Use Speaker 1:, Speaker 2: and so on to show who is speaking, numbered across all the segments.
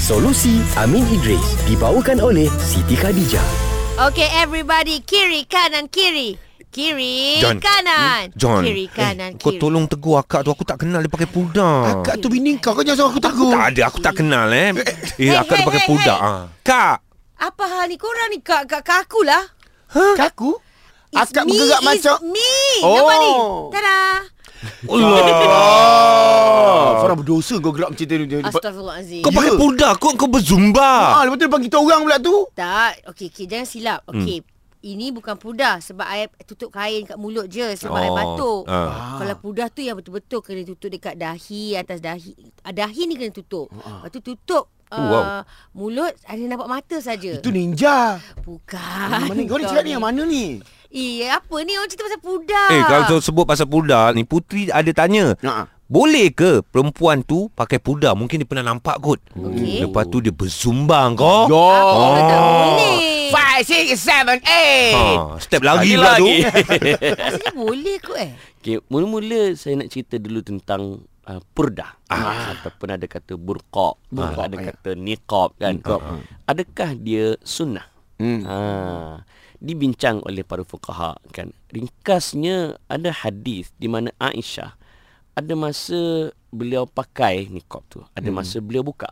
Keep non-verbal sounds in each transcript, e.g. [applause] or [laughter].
Speaker 1: Solusi Amin Idris dibawakan oleh Siti Khadijah.
Speaker 2: Okay, everybody. Kiri, kanan, kiri. Kiri,
Speaker 3: John.
Speaker 2: kanan.
Speaker 3: John
Speaker 2: Kiri, kanan,
Speaker 3: eh, Kau
Speaker 2: kiri.
Speaker 3: tolong tegur akak tu Aku tak kenal dia pakai pudar
Speaker 4: Akak tu bini kau Kau jangan suruh aku takut
Speaker 3: Tak ada aku tak kenal eh Eh
Speaker 2: Hey,
Speaker 3: akak dia
Speaker 2: hey,
Speaker 3: pakai
Speaker 2: hey,
Speaker 3: pudar
Speaker 2: hey.
Speaker 3: ah. Kak
Speaker 2: Apa hal ni? Korang ni kak, kak, kak akulah.
Speaker 4: Kaku
Speaker 2: It's
Speaker 4: Akak
Speaker 2: me,
Speaker 4: bergerak
Speaker 2: it's
Speaker 4: macam
Speaker 2: me.
Speaker 4: Oh.
Speaker 2: Nampak ni? Tada.
Speaker 4: Ah, Farah berdosa kau gerak macam tu
Speaker 2: Astagfirullahalazim.
Speaker 3: Kau pakai
Speaker 4: Ya.
Speaker 3: pudar Kau kau berzumba
Speaker 4: Ah, lepas tu depan kita orang pula tu
Speaker 2: Tak. Okay, okay, jangan silap.
Speaker 3: Hmm.
Speaker 2: Okay. Ini bukan pudar sebab air tutup kain kat mulut je sebab oh. air
Speaker 3: Oh,
Speaker 2: batuk.
Speaker 3: ah.
Speaker 2: Kalau pudar tu yang betul-betul kena tutup dekat dahi, atas dahi. Ah, Dahi ni kena tutup. Lepas tu tutup uh,
Speaker 3: Oh, ah. wow.
Speaker 2: mulut ada nampak mata saja.
Speaker 4: Itu ninja
Speaker 2: Bukan.
Speaker 4: Mana kau ni cakap ni yang mana ni
Speaker 2: Eh, apa ni orang cerita pasal pudar.
Speaker 3: Eh kalau tu sebut pasal pudar ni Putri ada tanya
Speaker 4: Ha.
Speaker 3: Boleh ke perempuan tu pakai pudar? Mungkin dia pernah nampak kot. Hmm.
Speaker 2: Okey.
Speaker 3: Lepas tu dia berzumba kau.
Speaker 4: Yo.
Speaker 5: Ah.
Speaker 2: Aku oh. tak boleh.
Speaker 4: Five, six, seven, eight
Speaker 3: Ha, step lagi pula tu.
Speaker 2: Rasanya boleh kot eh.
Speaker 5: Okay, mula-mula saya nak cerita dulu tentang uh, purda. Ah. Ataupun ada kata burqa, burqa ada kata niqab kan. Niqab. Adakah dia sunnah? Hmm. Ha, dibincang oleh para fuqaha kan. Ringkasnya ada hadis di mana Aisyah ada masa beliau pakai niqab tu, ada masa beliau buka.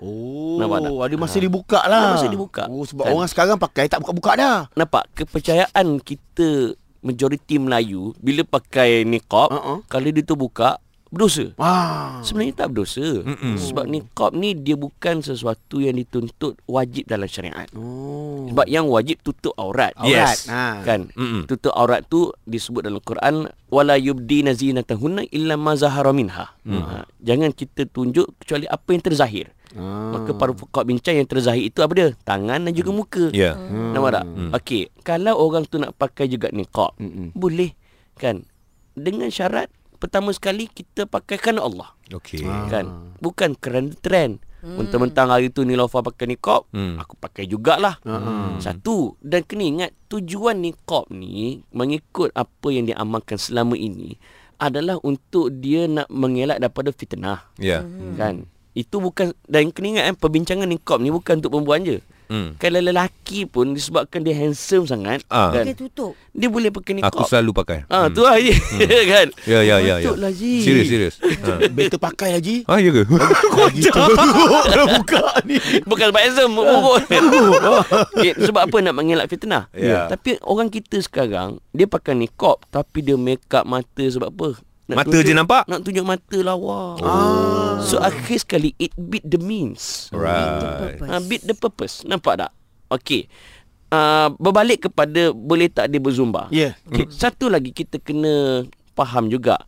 Speaker 4: Oh
Speaker 5: Nampak tak?
Speaker 4: Ada masa dibuka lah
Speaker 5: Ada masa dibuka.
Speaker 4: Oh sebab
Speaker 5: Kan?
Speaker 4: orang sekarang pakai Tak buka-buka dah
Speaker 5: Nampak kepercayaan kita majoriti Melayu bila pakai niqab,
Speaker 4: Uh-uh.
Speaker 5: uh-uh. kalau dia tu buka berdosa.
Speaker 4: Wah
Speaker 5: Ah. Sebenarnya tak berdosa Mm-mm. Sebab niqab ni Dia bukan sesuatu Yang dituntut Wajib dalam syariat
Speaker 4: Oh
Speaker 5: Sebab yang wajib Tutup aurat
Speaker 3: Yes.
Speaker 4: ha.
Speaker 5: Kan
Speaker 3: Mm-mm.
Speaker 5: Tutup aurat tu Disebut dalam Quran Wala yubdina zinatahunna Illa ma zahara minha ha. Jangan kita tunjuk Kecuali apa yang terzahir
Speaker 4: Ah.
Speaker 5: Maka para fuqab bincang Yang terzahir itu apa dia Tangan dan juga muka
Speaker 3: Ya.
Speaker 5: Nampak tak? Hmm. Okey, kalau orang tu nak pakai juga niqab,
Speaker 4: Mm-mm.
Speaker 5: hmm. boleh kan? Dengan syarat pertama sekali kita pakai kerana Allah.
Speaker 3: Okey.
Speaker 5: Kan? Bukan kerana trend. Mentang-mentang hari tu Nilofa pakai niqab,
Speaker 3: Hmm. Ah.
Speaker 5: aku pakai jugalah. Hmm. Satu, dan kena ingat tujuan niqab ni mengikut apa yang diamalkan selama ini adalah untuk dia nak mengelak daripada fitnah
Speaker 3: Ya.
Speaker 5: hmm. kan itu bukan dan kena ingat kan perbincangan niqab ni bukan untuk perempuan je
Speaker 3: Hmm.
Speaker 5: hmm. kalau lelaki pun disebabkan dia handsome sangat
Speaker 3: Ah.
Speaker 5: kan
Speaker 2: Dia tutup.
Speaker 5: dia boleh pakai niqab
Speaker 3: Aku selalu pakai. Hmm.
Speaker 5: ah tu lah [laughs] je kan
Speaker 3: Ya ya ya ya.
Speaker 5: Patutlah, Ji.
Speaker 3: Serius serius. Ha.
Speaker 5: [laughs]
Speaker 4: Better pakai lagi
Speaker 3: Ah ya ke?
Speaker 4: Lagi teruk Dah buka ni
Speaker 5: Bukan
Speaker 3: [laughs]
Speaker 5: sebab handsome Murut [laughs] okay, Sebab apa nak mengelak fitnah
Speaker 3: Ya.
Speaker 5: Tapi orang kita sekarang Dia pakai niqab Tapi dia make up mata sebab apa nak
Speaker 3: Mata je nampak?
Speaker 5: Nak tunjuk mata lawa oh. So akhir sekali It beat the means
Speaker 3: Right.
Speaker 5: Ha, beat the purpose. Nampak tak? Okey. Uh, berbalik kepada boleh tak dia berzumba.
Speaker 4: Ya.
Speaker 5: Okay.
Speaker 3: Hmm.
Speaker 5: Satu lagi kita kena faham juga.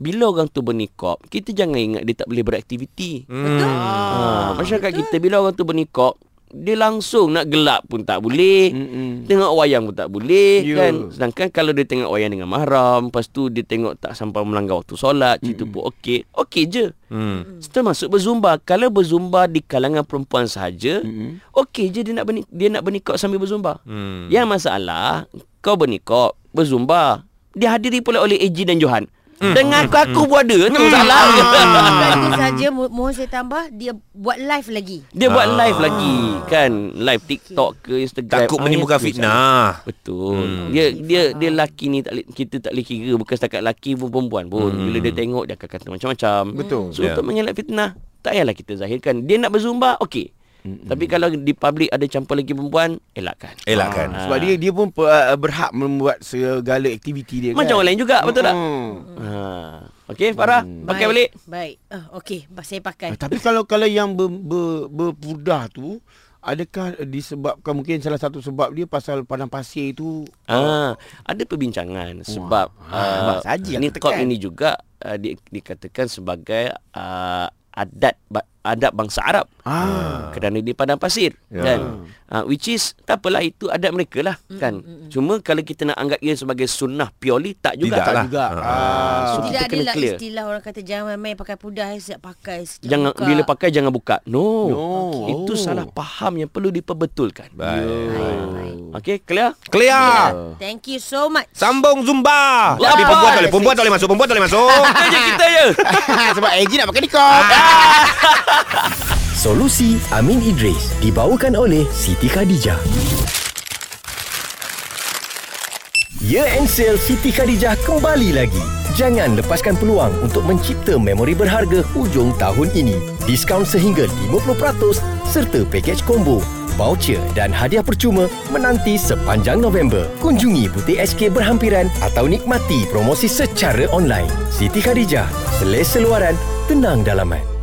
Speaker 5: Bila orang tu bernikop, kita jangan ingat dia tak boleh beraktiviti.
Speaker 2: Betul?
Speaker 5: Ha, masyarakat kita bila orang tu bernikop, dia langsung nak gelap pun tak boleh.
Speaker 4: Mm-mm.
Speaker 5: Tengok wayang pun tak boleh
Speaker 4: Ya.
Speaker 5: yeah. kan. Sedangkan kalau dia tengok wayang dengan mahram, lepas tu dia tengok tak sampai melanggar waktu solat, mm-hmm. itu pun okey. Okey je.
Speaker 3: Hmm.
Speaker 5: Termasuk berzumba. Kalau berzumba di kalangan perempuan sahaja, mm-hmm. okey je dia nak berni, dia nak bernikop sambil berzumba.
Speaker 3: Hmm.
Speaker 5: Yang masalah kau bernikop, berzumba, dihadiri pula oleh Eji dan Johan. Mm. Dengan aku aku pun ada tu salah. [laughs]
Speaker 2: Bukan itu saja mo- mohon saya tambah dia buat live lagi.
Speaker 5: dia buat
Speaker 3: Ah.
Speaker 5: live lagi kan, live TikTok ke Instagram.
Speaker 3: Takut
Speaker 5: Ah,
Speaker 3: menimbulkan
Speaker 5: itu
Speaker 3: fitnah.
Speaker 5: Betul. Hmm. Dia dia dia lelaki ni tak boleh- kita tak boleh kira bukan setakat lelaki pun perempuan pun. Hmm. Bila dia tengok dia akan kata macam-macam.
Speaker 4: Betul.
Speaker 3: Ya.
Speaker 5: So yeah. untuk mengelak fitnah tak payahlah kita zahirkan. Dia nak berzumba okey. Hmm. Tapi kalau di public ada campur lagi perempuan elakkan.
Speaker 1: Kan?
Speaker 3: Elakkan.
Speaker 5: Ah.
Speaker 4: Sebab dia dia pun uh, berhak membuat segala aktiviti dia
Speaker 5: Macam
Speaker 4: kan.
Speaker 5: orang lain juga betul tak? Ha. Okey Farah
Speaker 2: Hmm.
Speaker 5: pakai balik.
Speaker 2: Baik. Ah, Okey, ba- saya pakai.
Speaker 4: Ah, Tapi kalau kalau yang ber, ber, berpudah tu adakah disebabkan mungkin salah satu sebab dia pasal padang pasir tu
Speaker 5: Ah, ada perbincangan sebab
Speaker 4: Ah,
Speaker 5: ah,
Speaker 4: saja yang
Speaker 5: niqab
Speaker 4: tekan.
Speaker 5: ini juga ah, di, dikatakan sebagai ah, adat ba- adat bangsa Arab. Hmm,
Speaker 4: Ah.
Speaker 5: Kerana di padang pasir yeah. kan. Ah, which is tak apalah itu adat mereka lah kan. Cuma kalau kita nak anggap ia sebagai sunnah purely tak juga.
Speaker 3: Tidak lah.
Speaker 4: juga
Speaker 3: Ah.
Speaker 4: ah.
Speaker 2: Tidak
Speaker 5: So, kita
Speaker 2: ada
Speaker 5: kena
Speaker 2: lah
Speaker 5: clear.
Speaker 2: istilah orang kata jangan main pakai pudar, eh." saya siap pakai. Siap
Speaker 5: Jangan
Speaker 2: buka.
Speaker 5: bila pakai jangan buka. No.
Speaker 4: No.
Speaker 5: Okay. Itu salah faham yang perlu diperbetulkan.
Speaker 3: Baik.
Speaker 5: Okey, clear?
Speaker 3: Clear.
Speaker 2: Thank you so much.
Speaker 3: Sambung Zumba. Tapi perempuan tak boleh, perempuan tak boleh masuk,
Speaker 5: [laughs]
Speaker 4: [laughs]
Speaker 3: perempuan tak boleh masuk.
Speaker 5: Kerja kita je.
Speaker 4: sebab AG nak pakai nikah
Speaker 1: Solusi Amin Idris dibawakan oleh Siti Khadijah. Year End Ya Sale Siti Khadijah kembali lagi. Jangan lepaskan peluang untuk mencipta memori berharga hujung tahun ini. Diskaun sehingga 50% serta pakej combo, voucher dan hadiah percuma menanti sepanjang November. Kunjungi butik SK berhampiran atau nikmati promosi secara online. Siti Khadijah, selesa luaran, tenang dalaman.